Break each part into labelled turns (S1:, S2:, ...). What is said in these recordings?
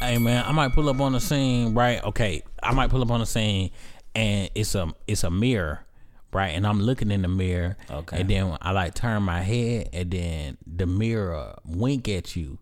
S1: Hey man, I might pull up on the scene, right? Okay, I might pull up on the scene, and it's a it's a mirror, right? And I'm looking in the mirror,
S2: Okay.
S1: And then I like turn my head, and then the mirror wink at you,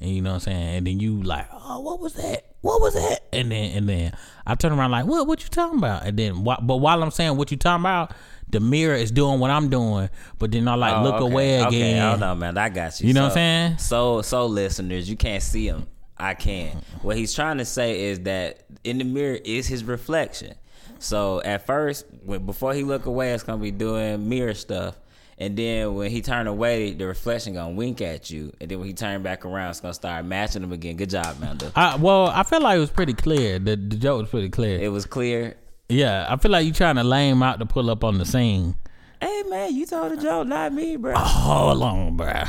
S1: and you know what I'm saying? And then you like, oh, what was that? What was that? And then and then I turn around like, what? What you talking about? And then wh- but while I'm saying what you talking about, the mirror is doing what I'm doing, but then I like
S2: Oh,
S1: look
S2: okay.
S1: away again.
S2: Okay, oh no, man, I got you.
S1: You know
S2: so,
S1: what I'm saying?
S2: So, so listeners, you can't see him. I can. What he's trying to say is that in the mirror is his reflection. So at first, when, before he look away, it's gonna be doing mirror stuff, and then when he turn away, the reflection gonna wink at you, and then when he turn back around, it's gonna start matching him again. Good job, Manda.
S1: I, well, I feel like it was pretty clear. The, the joke was pretty clear.
S2: It was clear.
S1: Yeah, I feel like you trying to lame out to pull up on the scene.
S2: Hey man, you told a joke, not me, bro.
S1: Oh, Hold on, bruh.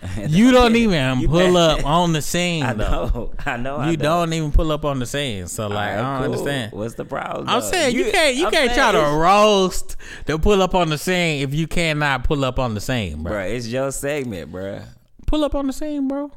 S1: You don't even
S2: You
S1: pull
S2: bet.
S1: up on the scene.
S2: I
S1: though.
S2: know, I know. I
S1: You
S2: know.
S1: don't even pull up on the scene. So
S2: All
S1: like,
S2: right,
S1: I don't
S2: cool.
S1: understand.
S2: What's the problem?
S1: I'm
S2: though?
S1: saying you, can't you
S2: I'm
S1: can't
S2: saying
S1: try to
S2: it's-
S1: roast to pull up on the scene if you cannot pull up on the scene, bro.
S2: Bruh, It's your segment, bruh.
S1: Pull up on the scene, bro.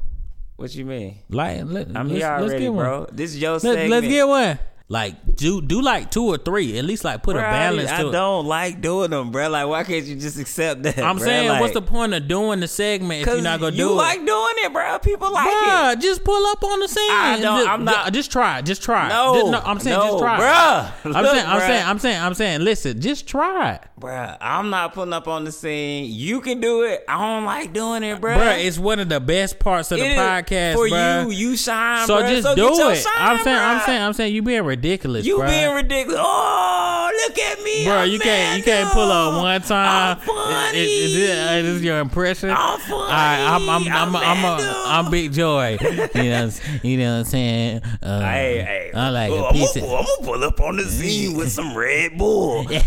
S2: What you mean?
S1: Like, let,
S2: I'm
S1: let's,
S2: here
S1: let's
S2: already,
S1: get one.
S2: bro. This is your
S1: Let,
S2: segment.
S1: let's get one. Like, do do like two or three. At least like put
S2: Bruh,
S1: a balance
S2: I,
S1: to
S2: I
S1: it.
S2: don't like doing them, bruh. Like, why can't you just accept that?
S1: I'm
S2: bruh?
S1: saying, what's
S2: Like,
S1: the point of doing the segment if you're
S2: 'cause
S1: not gonna
S2: you
S1: do it?
S2: like doing it, bruh. People like it.
S1: Bruh, just pull up on the scene.
S2: I don't-
S1: Just-
S2: I'm not-
S1: ju- Just try. it, Just try. it.
S2: No,
S1: Just- I'm saying
S2: no,
S1: just try. it.
S2: bruh.
S1: I'm
S2: Look,
S1: saying. I'm
S2: bruh.
S1: saying. I'm saying. I'm saying. Listen, just try. it.
S2: Bruh, I'm not putting up on the scene. You can do it. I don't like doing it, bruh.
S1: Bruh, it's one of the best parts of the
S2: It is
S1: podcast,
S2: for
S1: bruh.
S2: you. You shine,
S1: so
S2: bruh.
S1: just
S2: so
S1: do
S2: get your
S1: it.
S2: Shine,
S1: I'm saying. I'm
S2: bruh.
S1: saying. I'm saying. You being ridiculous,
S2: You
S1: bruh.
S2: being ridiculous. Oh, look at me.
S1: Bruh,
S2: I'm
S1: you can't you can't
S2: Mando.
S1: pull up one time.
S2: I'm
S1: Is-
S2: funny.
S1: Is, is, it- is this your impression?
S2: I'm funny.
S1: All right, I'm I'm I'm I'm,
S2: I'm
S1: I'm,
S2: Mando.
S1: a, I'm Big Joy. You know, what I'm- you know what I'm saying? Uh,
S2: Hey, hey.
S1: I like
S2: Look,
S1: a piece
S2: I'm
S1: of,
S2: gonna, I'm gonna pull up on the scene with some Red Bull, but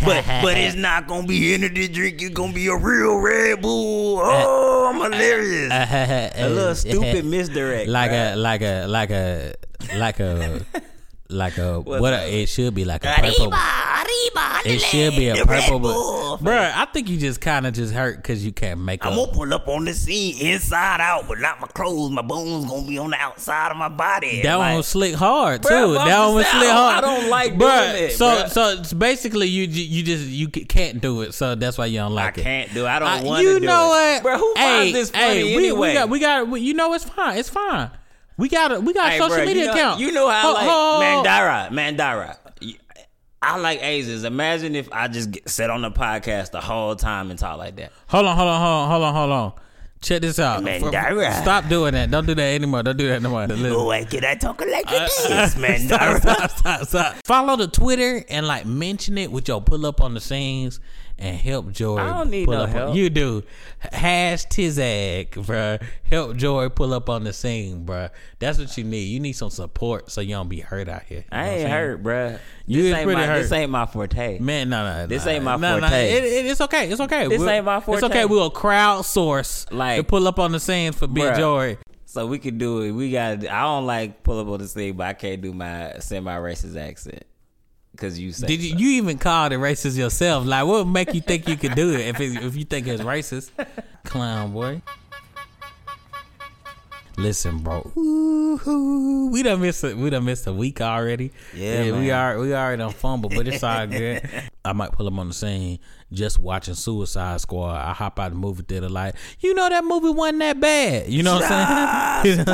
S2: but it's not gonna be energy drink. It's gonna be a real Red Bull. Oh, I'm hilarious.
S1: a
S2: misdirect.
S1: like a like a like a like a like a what a, it should be like a purple. It should be a purple, but bruh, I think you just kind of just hurt because you can't make
S2: I'm
S1: up.
S2: gonna pull up on the scene inside out, but not my clothes. My bones gonna be on the outside of my body.
S1: That
S2: Like,
S1: one was slick hard too.
S2: Bruh, but I'm
S1: that one was
S2: just saying,
S1: slick
S2: I
S1: hard.
S2: don't- I don't like
S1: Bruh,
S2: doing it,
S1: So
S2: bruh.
S1: so it's basically you ju- you just you c- can't do it. So that's why you don't
S2: I
S1: like it.
S2: can't do. It. I
S1: I-
S2: don't want to.
S1: you know what,
S2: Bro, who
S1: hey,
S2: finds this funny
S1: hey, we,
S2: anyway?
S1: We got, we got, we, you know, it's fine. It's fine. We got a, we got a
S2: Hey,
S1: social
S2: bruh,
S1: media
S2: you know,
S1: account.
S2: You know how
S1: Ho- ho-
S2: I like Mandara. Mandara. I like Asians. Imagine if I just get, sat on the podcast the whole time and talk like that.
S1: Hold on, hold on, hold on, hold on, hold on. Check this out.
S2: Mandara.
S1: F- Stop doing that. Don't do that anymore. Don't do that anymore. Listen.
S2: why can I talk like
S1: Uh, stop, stop, stop, stop. Follow the Twitter and like mention it with your pull up on the scenes and help Joy.
S2: I don't need
S1: pull
S2: no
S1: up on-
S2: help.
S1: you do. Hash Tizag, bruh. Help Joy pull up on the scene, bruh. That's what you need. You need some support so you don't be hurt out here. You know
S2: I
S1: what I'm
S2: ain't
S1: saying?
S2: hurt, bruh.
S1: You
S2: this
S1: is
S2: ain't
S1: pretty
S2: my,
S1: hurt.
S2: This ain't my forte.
S1: Man, no, no,
S2: This
S1: no,
S2: ain't my
S1: no, no.
S2: forte.
S1: It, it, it's okay. It's okay.
S2: This ain't my
S1: It's
S2: forte.
S1: okay. We'll crowdsource
S2: Like-
S1: to pull up on the scenes for Big
S2: Bruh.
S1: Joy.
S2: So we could do it. We got. I don't like pull up on the scene, but I can't do my semi-racist accent because you say.
S1: Did you,
S2: so.
S1: you even called it racist yourself? Like, what would make you think you could do it if it, if you think it's racist, clown boy? Listen, bro. Ooh, we done missed a, we done missed a week already.
S2: Yeah,
S1: we
S2: man.
S1: are we already done fumble, but it's all good. I might pull him on the scene just watching Suicide Squad. I hop out of the movie theater like, you know that movie wasn't that bad. You know what I'm saying? And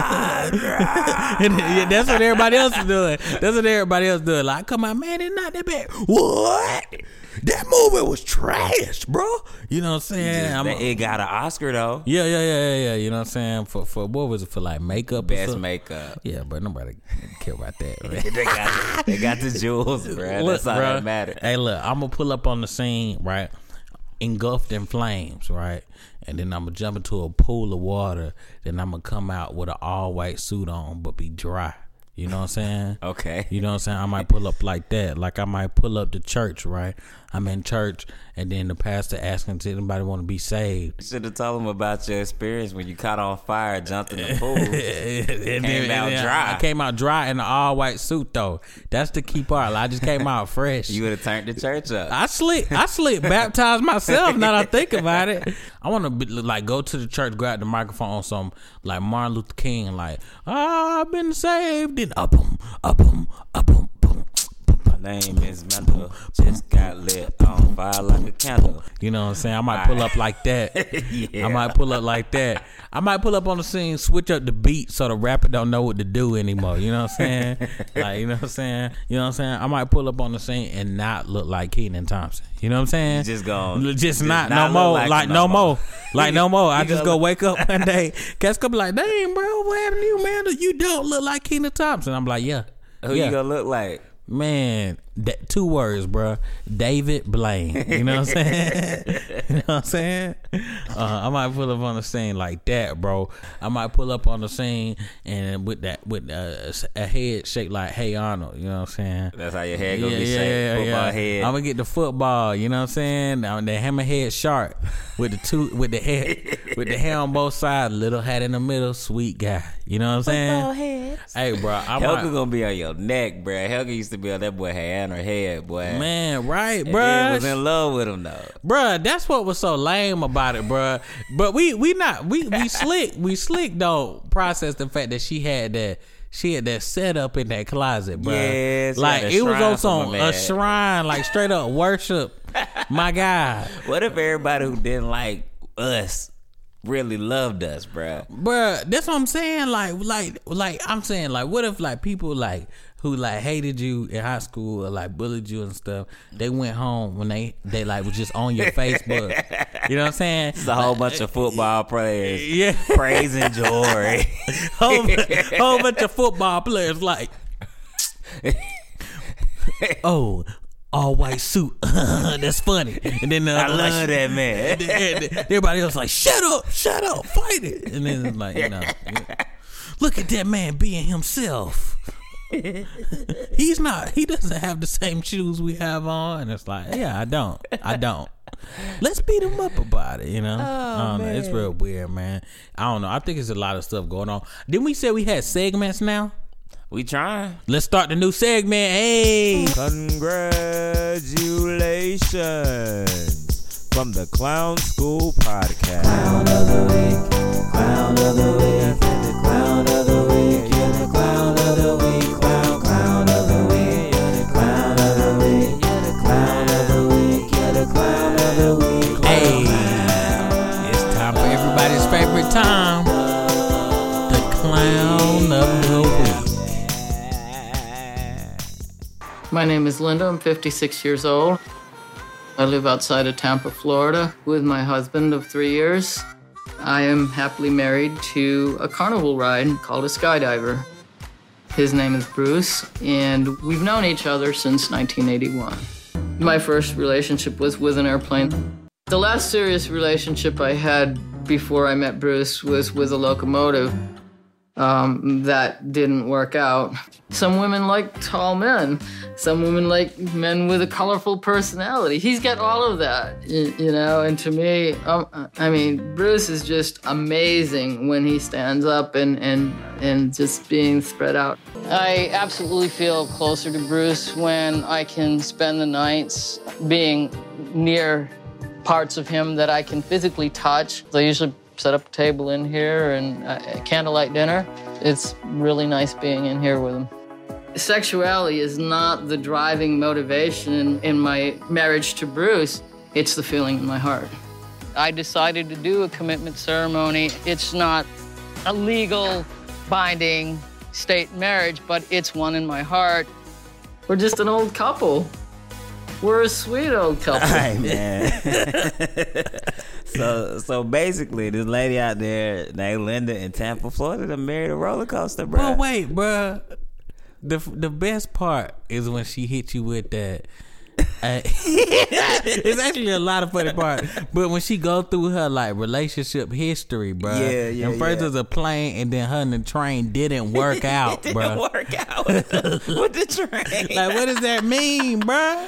S1: yeah, that's what everybody else is doing. That's what everybody else doing. Like, come on, man, it's not that bad. What? That movie was trash, bro. You know what I'm saying? I'm a-
S2: it got an Oscar though.
S1: yeah, yeah, yeah, yeah, yeah. You know what I'm saying? For for what was it for? Like makeup, or
S2: Best
S1: something?
S2: makeup.
S1: Yeah, but nobody care about that. Man.
S2: they got they got the jewels, bruh. That's all
S1: bruh.
S2: that matters.
S1: Hey, look, I'm gonna pull up on the scene, right? Engulfed in flames, right? And then I'm gonna jump into a pool of water. Then I'm gonna come out with an all white suit on, but be dry. You know what I'm saying?
S2: Okay.
S1: You know what I'm saying? I might pull up like that. Like I might pull up to church, right? I'm in church, and then the pastor asking, "Did anybody want to be saved?"
S2: You should have told him about your experience when you caught on fire, jumped in the pool.
S1: And then-
S2: Came
S1: and
S2: out
S1: then
S2: dry.
S1: I came out dry in an all white suit though. That's the key part. I just came out fresh.
S2: You would have turned the church up.
S1: I slick, I slick, baptized myself. Now that I think about it, I want to like go to the church, grab the microphone on some like Martin Luther King, like "Ah, I've been saved, and up 'em, up 'em, up 'em, boom, boom, boom.
S2: My name is Mendel. Just got lit on fire like a candle.
S1: You know what I'm saying? I might pull up like that.
S2: Yeah.
S1: I might pull up like that. I might pull up on the scene, switch up the beat so the rapper don't know what to do anymore. You know what I'm saying? like, you know what I'm saying? You know what I'm saying? I might pull up on the scene and not look like Keenan Thompson. You know what I'm saying?
S2: You just gone-
S1: Just,
S2: just
S1: not,
S2: not
S1: no
S2: look
S1: more.
S2: like
S1: Like,
S2: him no
S1: no
S2: more.
S1: more. Like no more. I
S2: You
S1: just
S2: gonna
S1: go
S2: look-
S1: wake up one day. Cass gonna be like, dang bro, what happened to you, man? You don't look like Keenan Thompson. I'm like, yeah.
S2: Who
S1: yeah.
S2: you gonna look like?
S1: Man, that, two words, bruh. David Blaine. You know what I'm saying? you know what I'm saying? Uh, I might pull up on the scene like that, bro. I might pull up on the scene and with that with uh, a head shaped like Hey Arnold. You know what I'm saying?
S2: That's how your hair gonna be shaped. Football head.
S1: I'm gonna get the football. You know what I'm saying? I'm the hammerhead shark with the two with the head with the hair on both sides, little hat in the middle. Sweet guy. You know what I'm saying? Hey, bro. I'm
S2: Helga gonna be on your neck, bruh. Helga used to be on that boy hair on her head, boy.
S1: man, right,
S2: And then
S1: bro?
S2: was in love with him though.
S1: Bruh, that's what was so lame about it, bruh. But we we not we we slick we slick though process the fact that she had that she had that setup in that closet, bruh.
S2: Yes, she
S1: like
S2: had a
S1: it was
S2: shrine
S1: on
S2: for
S1: some
S2: my
S1: a
S2: man.
S1: shrine, like straight up worship. My God,
S2: What if everybody who didn't like us really loved us, bruh?
S1: bruh, that's what I'm saying. Like like like I'm saying like what if like people like who like hated you in high school or like bullied you and stuff, they went home when they they like was just on your Facebook. You know what I'm saying?
S2: It's a whole bunch of football players
S1: Yeah.
S2: praising Jory.
S1: whole, bu- whole bunch of football players like oh all white suit that's funny and then the
S2: I
S1: other
S2: love
S1: like,
S2: that man.
S1: and- and everybody else like shut up shut up fight it and then it's like you know look at that man being himself he's not he doesn't have the same shoes we have on and it's like yeah i don't i don't let's beat him up about it you know I don't know. it's real weird man i don't know i think it's a lot of stuff going on didn't we say we had segments now
S2: We trying.
S1: let's start the new segment hey
S3: Congratulations from the Clown School Podcast.
S1: hey it's time for everybody's favorite time the clown of the week
S4: My name is Linda. I'm 56 years old. I live outside of Tampa, Florida, with my husband of three years. I am happily married to a carnival ride called a skydiver. His name is Bruce, and we've known each other since 1981. My first relationship was with an airplane. The last serious relationship I had before I met Bruce was with a locomotive. Um, that didn't work out. Some women like tall men. Some women like men with a colorful personality. He's got all of that, y- you know. And to me, um, I mean, Bruce is just amazing when he stands up and and and just being spread out. I absolutely feel closer to Bruce when I can spend the nights being near parts of him that I can physically touch. They usually set up a table in here and uh, a candlelight dinner. It's really nice being in here with him. Sexuality is not the driving motivation in, in my marriage to Bruce, it's the feeling in my heart. I decided to do a commitment ceremony. It's not a legal, binding state marriage, but it's one in my heart. We're just an old couple. We're a sweet old couple.
S2: Hey man. so so basically, this lady out there named Linda in Tampa, Florida, done married a roller coaster, bro.
S1: But wait, bruh. The the best part is when she hit you with that. uh, it's actually a lot of funny part, but when she go through her like relationship history, bruh.
S2: Yeah, yeah,
S1: And first
S2: yeah.
S1: was a plane, and then her and the train didn't work out,
S2: It didn't
S1: bruh.
S2: work out with the train.
S1: Like, what does that mean, bruh?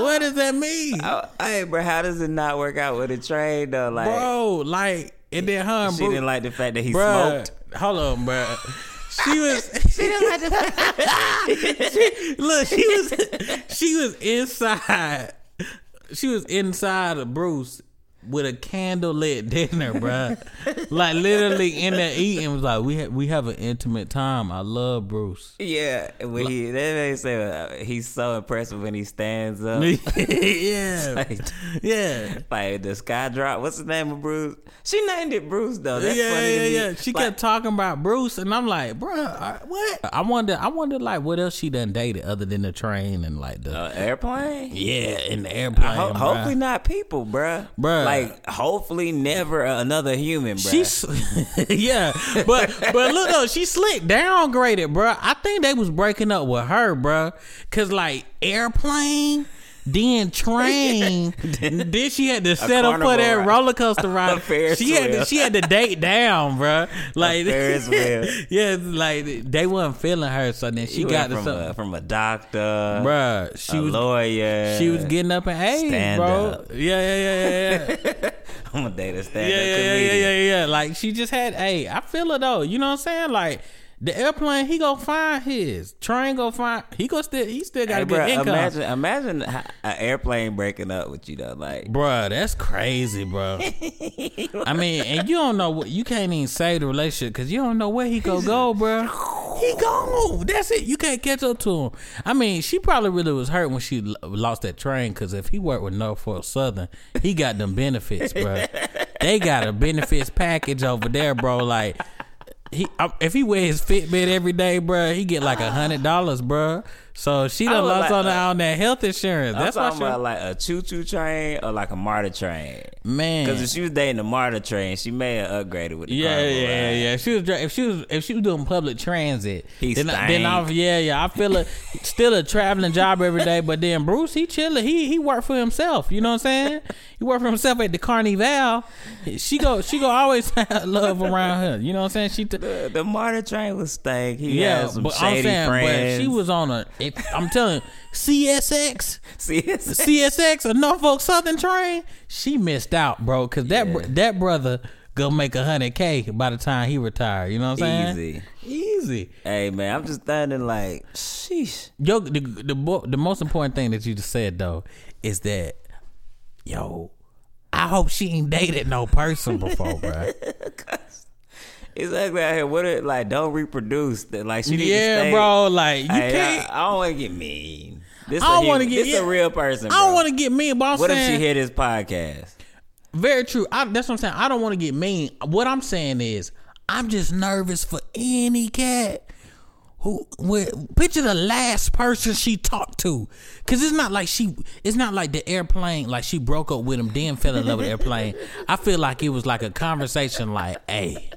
S1: what does that mean?
S2: Oh, hey, bro, how does it not work out with a train though? Like,
S1: Bro, like, and then her and
S2: she
S1: Bruce.
S2: didn't like the fact that he
S1: Bruh,
S2: smoked.
S1: Hold on, bro. She was. she didn't like the. look, she was. She was inside. She was inside of Bruce with a candlelit dinner, bruh. like literally in there eating was like we ha- we have an intimate time. I love Bruce.
S2: Yeah, when he that makes sense. He's so impressive when he stands up.
S1: yeah,
S2: Like,
S1: yeah.
S2: like the sky drop. What's the name of Bruce? She named it Bruce though. That's
S1: yeah,
S2: funny
S1: yeah,
S2: to me.
S1: yeah. She
S2: Like,
S1: kept talking about Bruce, and I'm like, bruh, what? I wonder, I wonder, like, what else she done dated other than the train and like the
S2: uh, airplane.
S1: Yeah, in the airplane.
S2: Ho-
S1: bruh.
S2: hopefully not people, bruh.
S1: Bruh.
S2: Like hopefully never another human, bruh.
S1: She's yeah, but but look though, she slick downgraded, bruh. I think they was breaking up with her, bruh, cause like airplane, then train, then she had to set up for
S2: carnival
S1: that
S2: ride.
S1: roller coaster ride.
S2: Ferris
S1: she had to,
S2: wheel.
S1: she had to date down, bruh. Like
S2: Ferris wheel.
S1: yeah, like they wasn't feeling her, so then she
S2: You
S1: got
S2: went
S1: to
S2: from a,
S1: something,
S2: from a doctor,
S1: bruh. She
S2: a
S1: was
S2: lawyer.
S1: she was getting up in age,
S2: Stand
S1: bro.
S2: up.
S1: Yeah, yeah, yeah, yeah, yeah.
S2: I'm gonna date a stand
S1: yeah,
S2: up
S1: yeah, yeah,
S2: comedian.
S1: yeah, yeah, yeah. Like she just had. Hey, I feel her though. You know what I'm saying? Like the airplane, he gonna find his. Train gonna find. He gonna still. He still got
S2: Hey,
S1: a good
S2: bruh,
S1: income.
S2: imagine, imagine h- an airplane breaking up with you though. Like,
S1: Bruh, that's crazy, bruh. I mean, and you don't know what you can't even save the relationship because you don't know where he gonna go, bruh. He gone. That's it. You can't catch up to him. I mean, she probably really was hurt when she l- lost that train because if he worked with Norfolk Southern, he got them benefits, bruh. they got a benefits package over there, bro. Like. He, I- if he wear his Fitbit every day, bruh, he get like a hundred dollars, bruh. So she
S2: I
S1: done
S2: would
S1: lost
S2: like-
S1: on, that- on that health insurance.
S2: I'm
S1: That's why
S2: talking
S1: she,
S2: about like a choo choo train or like a martyr train.
S1: man.
S2: Because if she was dating a martyr train, she may have upgraded with the
S1: Yeah,
S2: carnival
S1: yeah, yeah,
S2: ride.
S1: yeah. If She was dri- if she was if she was doing public transit.
S2: He
S1: then, I- then I
S2: stank.
S1: yeah yeah I feel a still a traveling job every day, but then Bruce he chilling he he worked for himself. You know what I'm saying? He worked for himself at the Carnival. She go she go always have love around her. You know what I'm saying? She. T-
S2: The, the martyr train was stank. He
S1: yeah,
S2: had some
S1: but
S2: shady
S1: I'm saying,
S2: friends.
S1: but she was on a. If, I'm telling, you, CSX,
S2: See, it's-
S1: CSX, a Norfolk Southern train. She missed out, bro, because that br-
S2: Yeah.
S1: that brother gonna make a hundred k by the time he retire. You know what I'm saying?
S2: easy.
S1: Easy.
S2: Hey man, I'm just standing like, sheesh.
S1: Yo, the, the bo- the most important thing that you just said though is that, yo, I hope she ain't dated no person before, bro.
S2: It's ugly out here. What it like? Don't reproduce. That like she need to
S1: yeah,
S2: stay.
S1: bro. Like you
S2: Hey,
S1: can't. I,
S2: I, I don't want to get mean. This
S1: I don't
S2: a
S1: wanna
S2: human-
S1: get-
S2: This
S1: yeah.
S2: a real person.
S1: don't
S2: bro.
S1: want to get mean, but I'm
S2: What if
S1: saying
S2: she hear this podcast?
S1: very true. I, that's what I'm saying. I don't want to get mean. What I'm saying is, I'm just nervous for any cat. who with, picture the last person she talked to because it's not like she it's not like the airplane like she broke up with him then fell in love with the airplane i feel like it was like a conversation like hey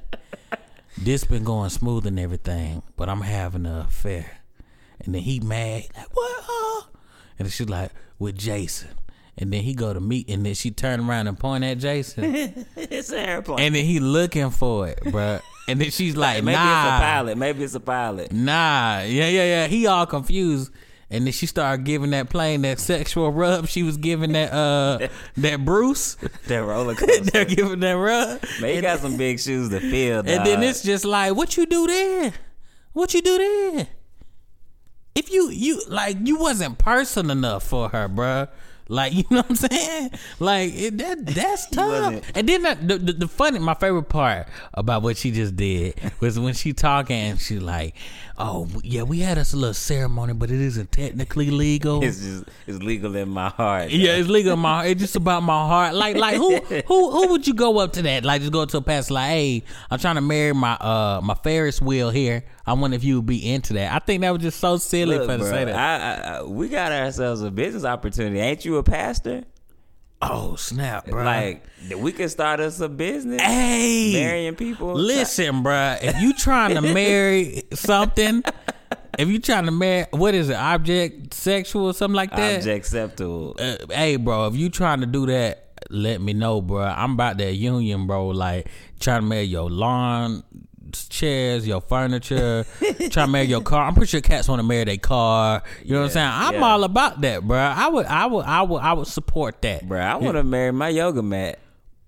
S1: this been going smooth and everything but i'm having an affair and then he mad like what huh? and she's like with jason and then he go to meet and then she turn around and point at jason
S2: It's an airplane.
S1: and then he looking for it bruh and then she's like
S2: Maybe
S1: nah
S2: it's a pilot. Maybe it's a pilot.
S1: Nah, yeah, yeah, yeah. He all confused, and then she started giving that plane that sexual rub. She was giving that uh that Bruce.
S2: That roller coaster.
S1: They're giving that rub,
S2: Man, you got some big shoes to fill. Dog.
S1: and then it's just like, what you do there? What you do there? If you you like you wasn't person enough for her, bruh. Like you know what I'm saying? Like it, that that's tough.
S2: wasn't.
S1: And then that, the, the the funny, my favorite part about what she just did was when she talking and she like, oh yeah, we had us a little ceremony, but it isn't technically legal.
S2: It's just it's legal in my heart.
S1: Yeah, it's legal in my It's just about my heart. Like, like who, who, who would you go up to that? Like, just go up to a pastor, like, hey, I'm trying to marry my, uh, my Ferris wheel here. I wonder if you would be into that. I think that was just so silly
S2: Look,
S1: for her to
S2: bro,
S1: say that.
S2: I, I, I, we got ourselves a business opportunity. Ain't you a pastor?
S1: oh snap, bro!
S2: Like that we could start us a business
S1: hey,
S2: marrying people.
S1: Listen, bruh, if you trying to marry something, if you trying to marry, what is it, object sexual, something like that?
S2: object septual.
S1: uh, hey, bro, if you trying to do that, let me know, bro. I'm about that union, bro. Like trying to marry your lawn chairs, your furniture, try to marry your car. I'm pretty sure cats want to marry their car. You know what I'm saying? I'm
S2: yeah.
S1: all about that, bruh. I would, I would, I would, I would support that,
S2: Bro, I want to marry my yoga mat.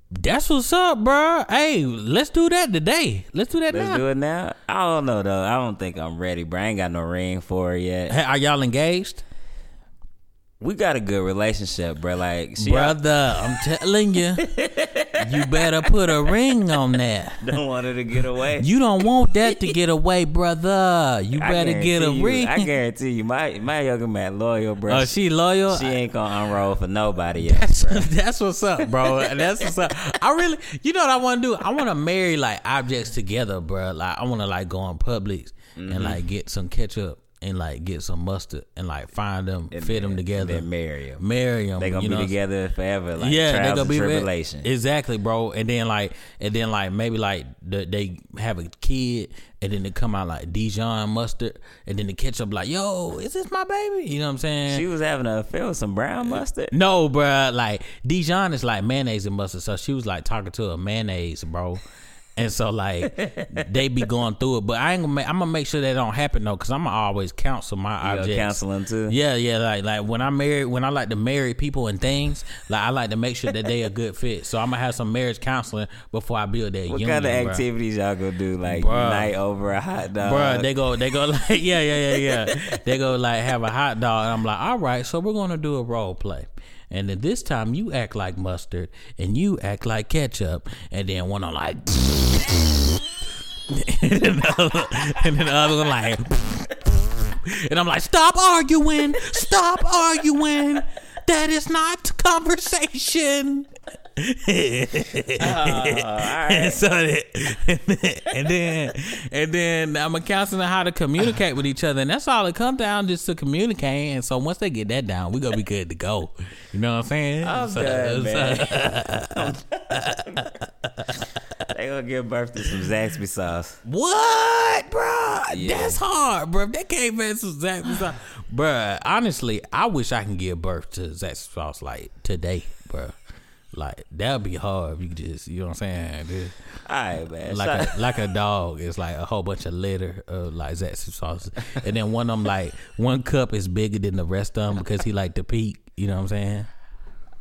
S1: That's what's up, bruh. Hey, let's do that today. Let's do that
S2: Let's
S1: now.
S2: do it now. I don't know though. I don't think I'm ready, bro. I ain't got no ring for it yet.
S1: Hey, are y'all engaged,
S2: We got a good relationship, bro. Like, she
S1: brother? I'm telling you, you better put a ring on that.
S2: don't want her to get away.
S1: You don't want that to get away, brother. You
S2: I
S1: better get a
S2: guarantee you-
S1: ring.
S2: I guarantee you, my my yoga mat loyal, bro.
S1: Oh,
S2: she,
S1: she loyal.
S2: ain't gonna unroll for nobody yet. bro.
S1: That's what's up, bro. That's what's up. I really, you know what I want to do? I want to marry like objects together, bro. Like I want to like go on Publix
S2: Mm-hmm.
S1: and like get some ketchup and like get some mustard and like find them, fit them together,
S2: Then marry him.
S1: marry them.
S2: They gonna
S1: you
S2: be
S1: know what I'm
S2: together forever. Like
S1: yeah,
S2: trials
S1: they gonna
S2: and
S1: be
S2: tribulation.
S1: Exactly, bro. And then like, and then like maybe like the, they have a kid, and then they come out like Dijon mustard, and then the ketchup like, yo, is this my baby? You know what I'm saying?
S2: she was having an affair with some brown mustard.
S1: no, bruh. Like Dijon is like mayonnaise and mustard, so she was like talking to a mayonnaise, bro. And so like they be going through it, but I ain't gonna. Make, I'm gonna make sure that don't happen though, cause I'm gonna always counsel my
S2: You know,
S1: objects.
S2: counseling too.
S1: Yeah, yeah, like like when I marry, when I like to marry people and things, like I like to make sure that they a good fit. So I'm gonna have some marriage counseling before I build that
S2: What
S1: union.
S2: kind of
S1: bruh.
S2: activities y'all gonna do? Like
S1: Bruh.
S2: night over a hot dog. Uh,
S1: Bruh, they go, they go, like, yeah, yeah, yeah, yeah. they go like have a hot dog, and I'm like, all right, so we're gonna do a role play, and then this time you act like mustard, and you act like ketchup, and then one on like, and then the other- and then the other one like, and I'm like, stop arguing, stop arguing, that is not conversation. And so that, and then, and then and then uh, I'm a counseling how to communicate with each other, and that's all it comes down just to communicate. And so once they get that down, we gonna be good to go. You know what I'm saying?
S2: I'm
S1: So-
S2: done,
S1: so-
S2: man. they gonna give birth to some Zaxby sauce.
S1: What, bro?
S2: Yeah.
S1: That's hard, bro. That came as Zach Sauce, bro. Honestly, I wish I can give birth to Zach Sauce like today, bro. Like that'd be hard if you could just, you know what I'm saying? Just-
S2: All right, man.
S1: like
S2: Shout-
S1: a, like a dog. It's like a whole bunch of litter of like Zaxby sauces, and then one of them like one cup is bigger than the rest of them because he like to peek. You know what I'm saying?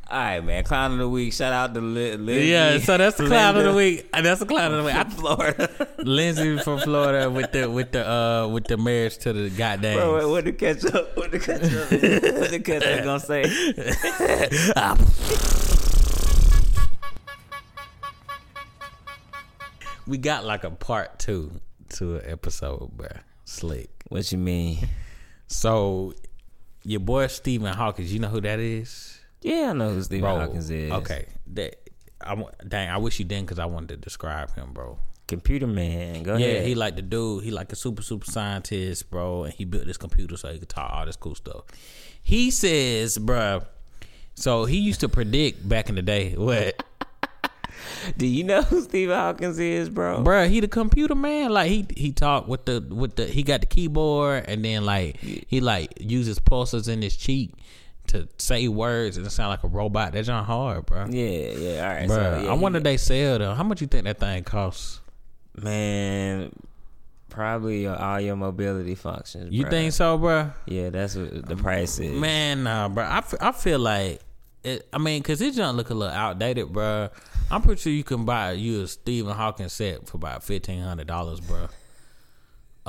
S2: All right, man. Clown of the week. Shout out to Li- Lindsay.
S1: Yeah. So that's the clown of the
S2: Linda
S1: week. Uh, That's the clown of the week.
S2: From
S1: I,
S2: Florida.
S1: Lindsay from Florida with the with the uh with the marriage to the goddamn.
S2: Bro, what- what the ketchup? What the ketchup? what the ketchup gonna say?
S1: We got like a part two to an episode, bro. Slick.
S2: What you mean?
S1: So your boy Stephen Hawkins, you know who that is?
S2: Yeah, I know who Stephen
S1: Bro,
S2: Hawkins is.
S1: Okay. That I wa- dang, I wish you didn't because I wanted to describe him, bro.
S2: Computer man. Go
S1: Yeah,
S2: ahead.
S1: he like the dude. He like a super super scientist, bro, and he built this computer so he could talk all this cool stuff. He says, bruh, So he used to predict back in the day what,
S2: Do you know who Stephen Hawkins is, bro?
S1: bruh, He the computer man. Like he he talked with the with the he got the keyboard and then like he like uses pulses in his cheek to say words and it sound like a robot. That's not hard, bruh.
S2: Yeah, yeah. All right.
S1: Bruh,
S2: so, yeah,
S1: I
S2: he-
S1: wonder they sell though. How much you think that thing costs?
S2: Man, probably your, all your mobility functions.
S1: You
S2: bruh.
S1: think so, bruh?
S2: Yeah, that's what the price is.
S1: Man, nah, bro. I, f- I feel like, it, I mean, because it's junk look a little outdated, bro. I'm pretty sure you can buy you a Stephen Hawking set for about fifteen hundred dollars, bro.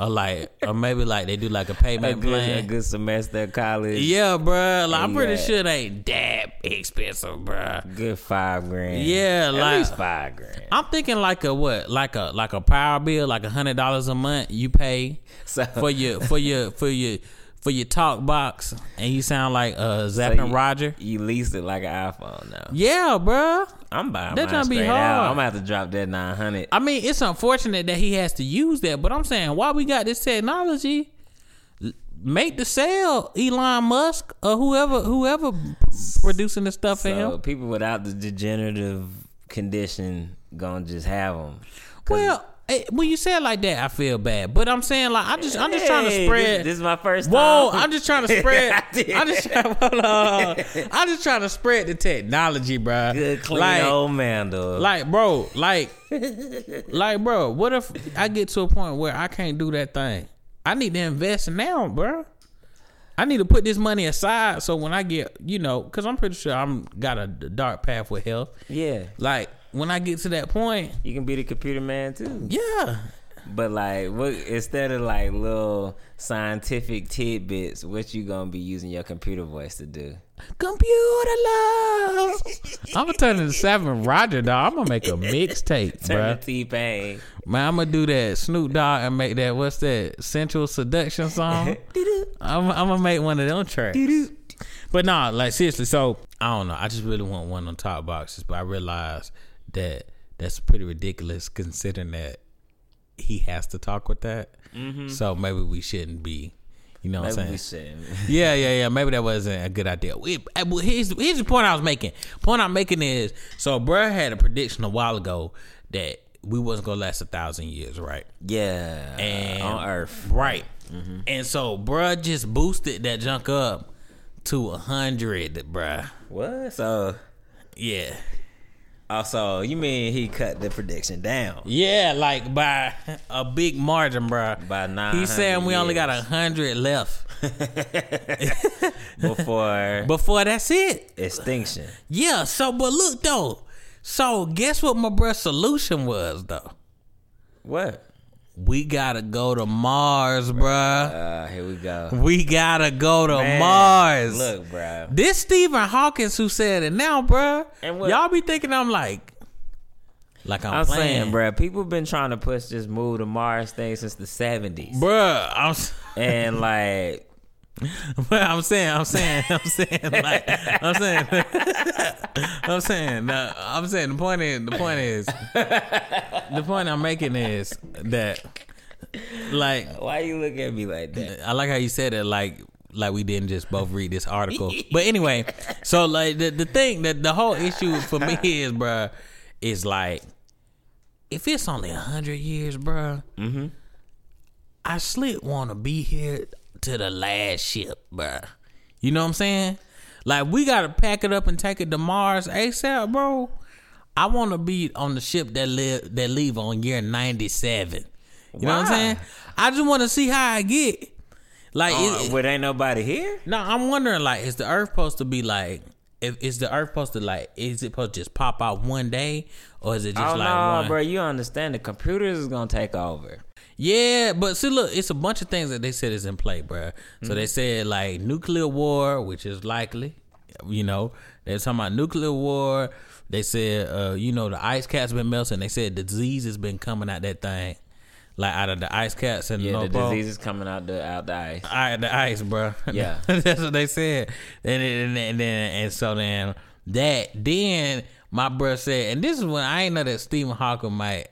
S1: Or like, or maybe like they do like a
S2: a
S1: payment
S2: good, a
S1: plan.
S2: good semester at college.
S1: yeah, bro. Like, I'm
S2: Yeah.
S1: pretty sure they ain't that expensive, bro.
S2: Good five grand.
S1: Yeah,
S2: At
S1: like-
S2: least five grand.
S1: I'm thinking like a what, like a like a power bill, like a hundred dollars a month you pay
S2: So-
S1: for your for your for your for your talk box, and you sound like uh Zappin'
S2: you-
S1: Roger.
S2: You leased it like an iPhone now.
S1: Yeah, bruh.
S2: I'm buying
S1: That
S2: mine
S1: gonna be
S2: straight out.
S1: hard.
S2: I'm gonna have to drop that nine hundred.
S1: I mean, it's unfortunate that he has to use that, but I'm saying why we got this technology. l- Make the sale, Elon Musk or whoever, whoever producing the stuff for
S2: So
S1: him.
S2: people without the degenerative condition gonna just have them.
S1: Well, eh, when you say it like that, I feel bad. But I'm saying like I just I'm just trying to
S2: Hey,
S1: spread.
S2: This, this is my first.
S1: Whoa!
S2: time.
S1: I'm just trying to spread.
S2: I did.
S1: I'm just trying. Hold on. I'm just trying to spread the technology, bro.
S2: good clean
S1: like,
S2: old man though.
S1: like, bro, like, like, bro. What if I get to a point where I can't do that thing? I need to invest now, bro. I need to put this money aside so when I get, you know, because I'm pretty sure I'm got a dark path with health.
S2: yeah,
S1: Like when I get to that point,
S2: you can be the computer man too.
S1: yeah,
S2: But like, what instead of like little scientific tidbits, what you gonna be using your computer voice to do?
S1: computer love. I'm gonna turn into Seven Roger, dog. I'm gonna make a mixtape,
S2: Turn
S1: bro.
S2: to T Pain.
S1: Man, I'm gonna do that Snoop Dogg and make that what's that Central Seduction song. I'm, I'm gonna make one of them tracks. But nah, like seriously. So I don't know. I just really want one on top boxes, but I realize that that's pretty ridiculous considering that he has to talk with that. So maybe we shouldn't be. You know what I'm saying?
S2: Mm-hmm. Maybe we shouldn't.
S1: Yeah, yeah, yeah. Maybe that wasn't a good idea. We, uh, well, here's here's the point I was making. Point I'm making is so bruh had a prediction a while ago that we wasn't gonna last a thousand years, right?
S2: Yeah,
S1: And-
S2: on Earth.
S1: Right. And so bruh just boosted that junk up to a hundred, bruh.
S2: What? So,
S1: Yeah.
S2: also, you mean he cut the prediction down
S1: Yeah, like by a big margin, bruh.
S2: by nine?
S1: He's saying we only got a hundred left.
S2: before
S1: Before that's it.
S2: extinction.
S1: Yeah, so but look though. So guess what my bruh's solution was though?
S2: What?
S1: We gotta go to Mars, bruh.
S2: Uh, here we go.
S1: We gotta go to
S2: Man,
S1: Mars.
S2: Look, bro.
S1: This Stephen Hawkins who said it now, bruh.
S2: And what-
S1: Y'all be thinking I'm like, like I'm,
S2: I'm saying,
S1: playing,
S2: bro, people been trying to push this move to Mars thing since the 70s.
S1: Bruh, I'm, s-
S2: And like,
S1: bruh, I'm saying, I'm saying, I'm saying, like, I'm saying, I'm saying, uh, I'm saying. The point is, the point is, the point I'm making is that, like,
S2: why you look at me like that?
S1: I like how you said it like like we didn't just both read this article. But anyway, so like the the thing that the whole issue for me is, bruh, is like if it's only a hundred years, bruh,
S2: Mm-hmm.
S1: I slit want to be here to the last ship, bruh. You know what I'm saying? Like we gotta pack it up and take it to Mars ASAP, bro. I want to be on the ship that live that leave on year ninety seven. You know what I'm
S2: Why?
S1: saying? I just want to see how I get. Like,
S2: Uh,
S1: it,
S2: but ain't nobody here?
S1: no, I'm wondering like, is the Earth supposed to be like? If is the Earth supposed to like? Is it supposed to just pop out one day, or is it just
S2: Oh,
S1: like
S2: no,
S1: one?
S2: bro. You understand the computers is going to take over.
S1: Yeah, but see, look, it's a bunch of things that they said is in play, bruh. So
S2: Mm-hmm.
S1: they said like nuclear war, which is likely. You know, they're talking about nuclear war. They said, uh, you know, the ice caps been melting. They said disease has been coming out that thing, like out of the ice caps and
S2: Yeah,
S1: no
S2: the
S1: the
S2: disease is coming out the, out the ice.
S1: I, the ice, bruh.
S2: Yeah.
S1: that's what they said. And then and, then- and, so then that then my bruh said, and this is when I ain't know that Stephen Hawking might.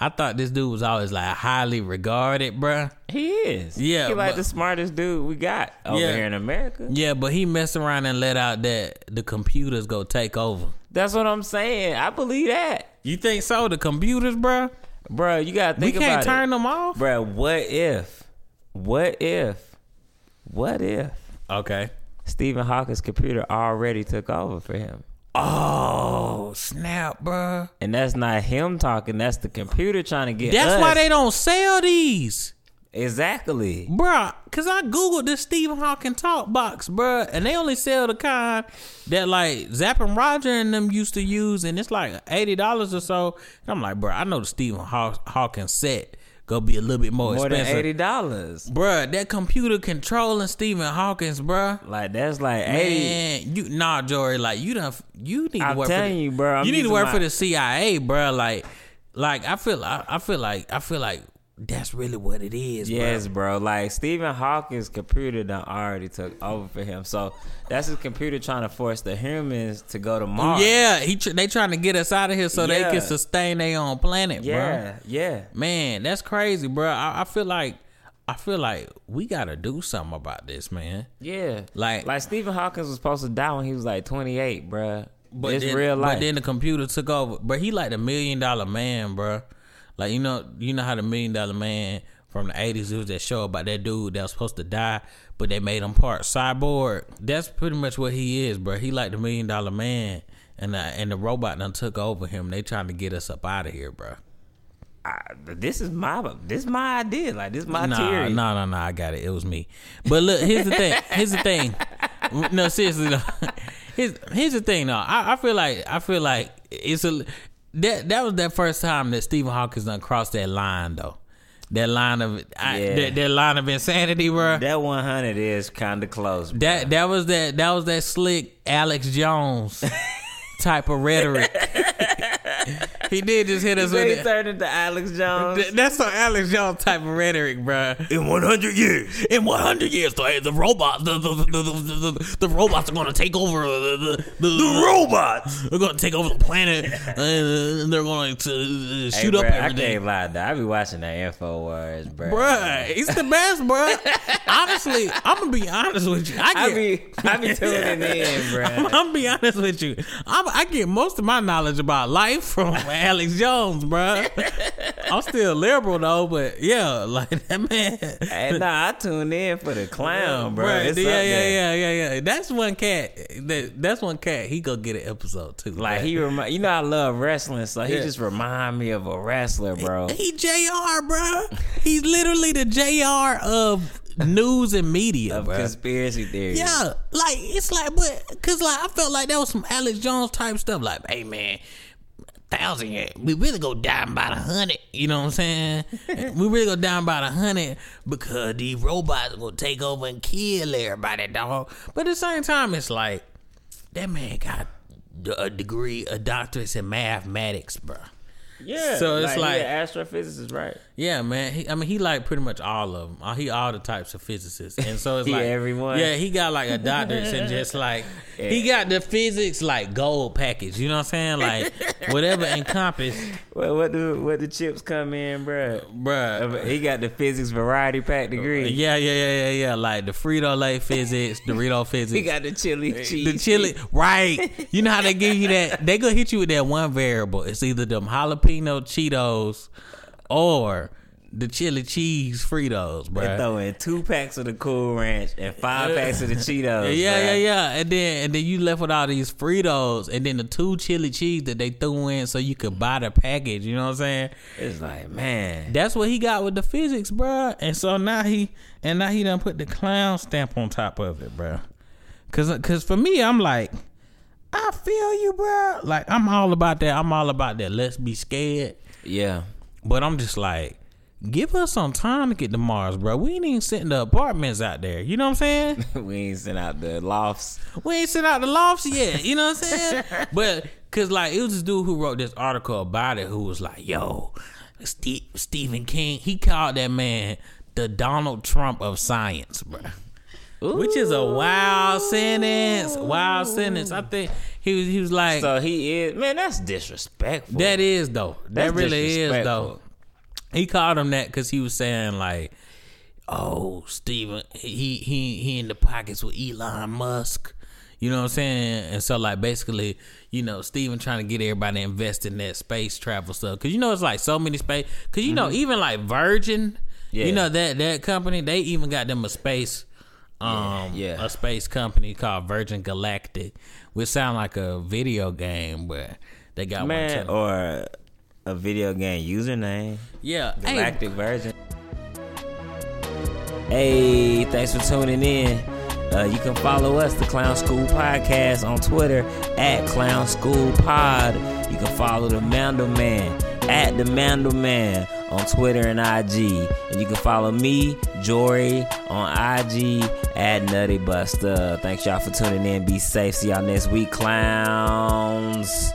S1: I thought this dude was always like highly regarded, bruh.
S2: He is.
S1: Yeah,
S2: He like
S1: but-
S2: the smartest dude we got over
S1: Yeah.
S2: here in America.
S1: Yeah, but he messed around and let out that the computers go take over.
S2: That's what I'm saying. I believe that.
S1: You think so? The computers, bruh?
S2: Bro, you got to
S1: We
S2: think about it.
S1: can't turn them off.
S2: Bro, what if? What if? What if
S1: Okay.
S2: Stephen Hawking's computer already took over for him?
S1: Oh snap, bruh.
S2: And that's not him talking. That's the computer trying to get.
S1: That's
S2: us.
S1: why they don't sell these,
S2: exactly.
S1: bruh. Cause I googled this Stephen Hawking talk box, bruh, and they only sell the kind that like Zapp and Roger and them used to use, and it's like eighty dollars or so. And I'm like, bruh, I know the Stephen Haw- Hawking set go be a little bit more,
S2: More than
S1: expensive,
S2: eighty dollars.
S1: bruh. That computer controlling Stephen Hawking's, bruh.
S2: Like that's like eighty.
S1: Man, you nah, Jory. Like you done. You need
S2: I'm
S1: to work. for
S2: telling
S1: the,
S2: you, bro, I'm
S1: you need to
S2: using
S1: work
S2: my-
S1: for the CIA, bro. Like, like I feel. I, I feel like. I feel like that's really what it is.
S2: Yes,
S1: bro.
S2: bro. Like Stephen Hawking's computer done already took over for him. So that's his computer trying to force the humans to go to Mars.
S1: Yeah, he. Tr- they trying to get us out of here so they
S2: Yeah.
S1: can sustain their own planet, bro.
S2: yeah, yeah.
S1: Man, that's crazy, bro. I, I feel like. I feel like we gotta do something about this, man.
S2: Yeah,
S1: Like-
S2: like Stephen Hawkins was supposed to die when he was like 28, bruh. But it's
S1: then,
S2: real life.
S1: But then the computer took over. But he like the million dollar man, bruh. Like you know, you know how the Million Dollar Man from the eighties. It was that show about that dude that was supposed to die, but they made him part cyborg. That's pretty much what he is, bro. He like the Million Dollar Man, and the, and the robot done took over him. They trying to get us up out of here, bro.
S2: I, this is my this my idea. Like this my
S1: nah,
S2: theory.
S1: No, no, no. I got it. It was me. But look, here's the thing. Here's the thing. No, seriously. No. Here's, here's the thing. No, I, I feel like I feel like it's a that that was that first time that Stephen Hawkins done crossed that line though. That line of I,
S2: Yeah.
S1: that, that line of insanity, bro.
S2: That one hundred is kind of close. bro.
S1: That that was that that was that slick Alex Jones type of rhetoric. he did just hit us
S2: They
S1: with that.
S2: turned into Alex Jones.
S1: Th- That's some Alex Jones type of rhetoric, bruh. In 100 years, in 100 years, the, the robots, the the, the, the, the the robots are gonna take over the the, the, robots. They're gonna take over the planet, and they're going to
S2: Hey,
S1: shoot
S2: bro,
S1: up
S2: I
S1: everything.
S2: can't lie, though. I be watching that InfoWars, bro.
S1: Bruh, it's the best, bruh. Honestly, I'm gonna be honest with you. I, get,
S2: I be I be tuning in,
S1: I'm,
S2: bro.
S1: gonna be honest with you. I'm, I get most of my knowledge about life from Alex Jones, bruh. I'm still liberal though, but yeah, like that man.
S2: Hey, nah, I tune in for the clown, bro.
S1: Bruh,
S2: It's
S1: yeah,
S2: up
S1: yeah,
S2: there.
S1: yeah, yeah, yeah. That's one cat. That, that's one cat. He gonna get an episode too.
S2: Like he, remind, you know, I love wrestling, so he
S1: Yeah.
S2: just remind me of a wrestler, bro.
S1: he Jr. Bro, he's literally the Jr. of news and media,
S2: Of
S1: bruh.
S2: conspiracy theories.
S1: Yeah, like it's like, but cause like I felt like that was some Alex Jones type stuff. Like, hey man, thousand, yeah, we really go down by the hundred. You know what I'm saying? we really go down by the hundred because these robots will take over and kill everybody, dog. But at the same time, it's like that man got d- a degree, a doctorate in mathematics, bro.
S2: yeah.
S1: So it's like-
S2: yeah, astrophysicist, right?
S1: Yeah, man. He, I mean, he like pretty much all of them. Uh, He all the types of physicists, and so it's
S2: He
S1: like
S2: everyone.
S1: Yeah, he got like a doctorate and just like he got the physics like gold package. You know what I'm saying? Like whatever encompass,
S2: What, what do what the chips come in, bro?
S1: bruh.
S2: He got the physics variety pack degree.
S1: Yeah, yeah, yeah, yeah, yeah. Like the Frito Lay physics, Dorito physics.
S2: He got the chili cheese.
S1: the chili, right? You know how they give you that? They gonna hit you with that one variable. It's either them jalapeno Cheetos or the chili cheese Fritos, bruh.
S2: They throw in two packs of the Cool Ranch and five packs of the
S1: Uh.
S2: Cheetos.
S1: Yeah,
S2: bruh.
S1: yeah, yeah. And then and then you left with all these Fritos and then the two chili cheese that they threw in so you could buy the package. You know what I'm saying?
S2: It's like, man.
S1: That's what he got with the physics, bruh. And so now he and now he done put the clown stamp on top of it, bruh. Cause, Cause for me, I'm like, I feel you, bruh. Like I'm all about that. I'm all about that. Let's be scared.
S2: Yeah.
S1: But I'm just like, give us some time to get to Mars, bruh. We ain't even sitting the apartments out there. You know what I'm saying?
S2: we ain't sent out the lofts.
S1: we ain't sent out the lofts yet. You know what I'm saying? but cause like it was this dude who wrote this article about it who was like, yo, Steve, Stephen King, he called that man the Donald Trump of science, bruh. Which is a wild sentence. Wild sentence. I think he was he was like
S2: So he is man, that's disrespectful.
S1: that is though. That
S2: That's
S1: really is though.
S2: disrespectful.
S1: He called him that because he was saying like, "Oh, Steven, he he he in the pockets with Elon Musk." You know what I'm saying? And so like basically, you know, Steven trying to get everybody to invest in that space travel stuff because you know it's like so many space because you know even like Virgin, you
S2: Mm-hmm. Yeah.
S1: know that that company they even got them a space. Um,
S2: Yeah, yeah.
S1: a space company called Virgin Galactic, which sound like a video game, but they got one
S2: man
S1: channel.
S2: or a video game username.
S1: Yeah, hey,
S2: Galactic Virgin. Hey, thanks for tuning in. Uh, you can follow us, the Clown School Podcast, on Twitter at Clown School Pod. You can follow the Mandelman at the Mandelman on Twitter and IG. And you can follow me, Jory, on IG at Nutty Buster. Thanks y'all for tuning in. Be safe. See y'all next week, clowns.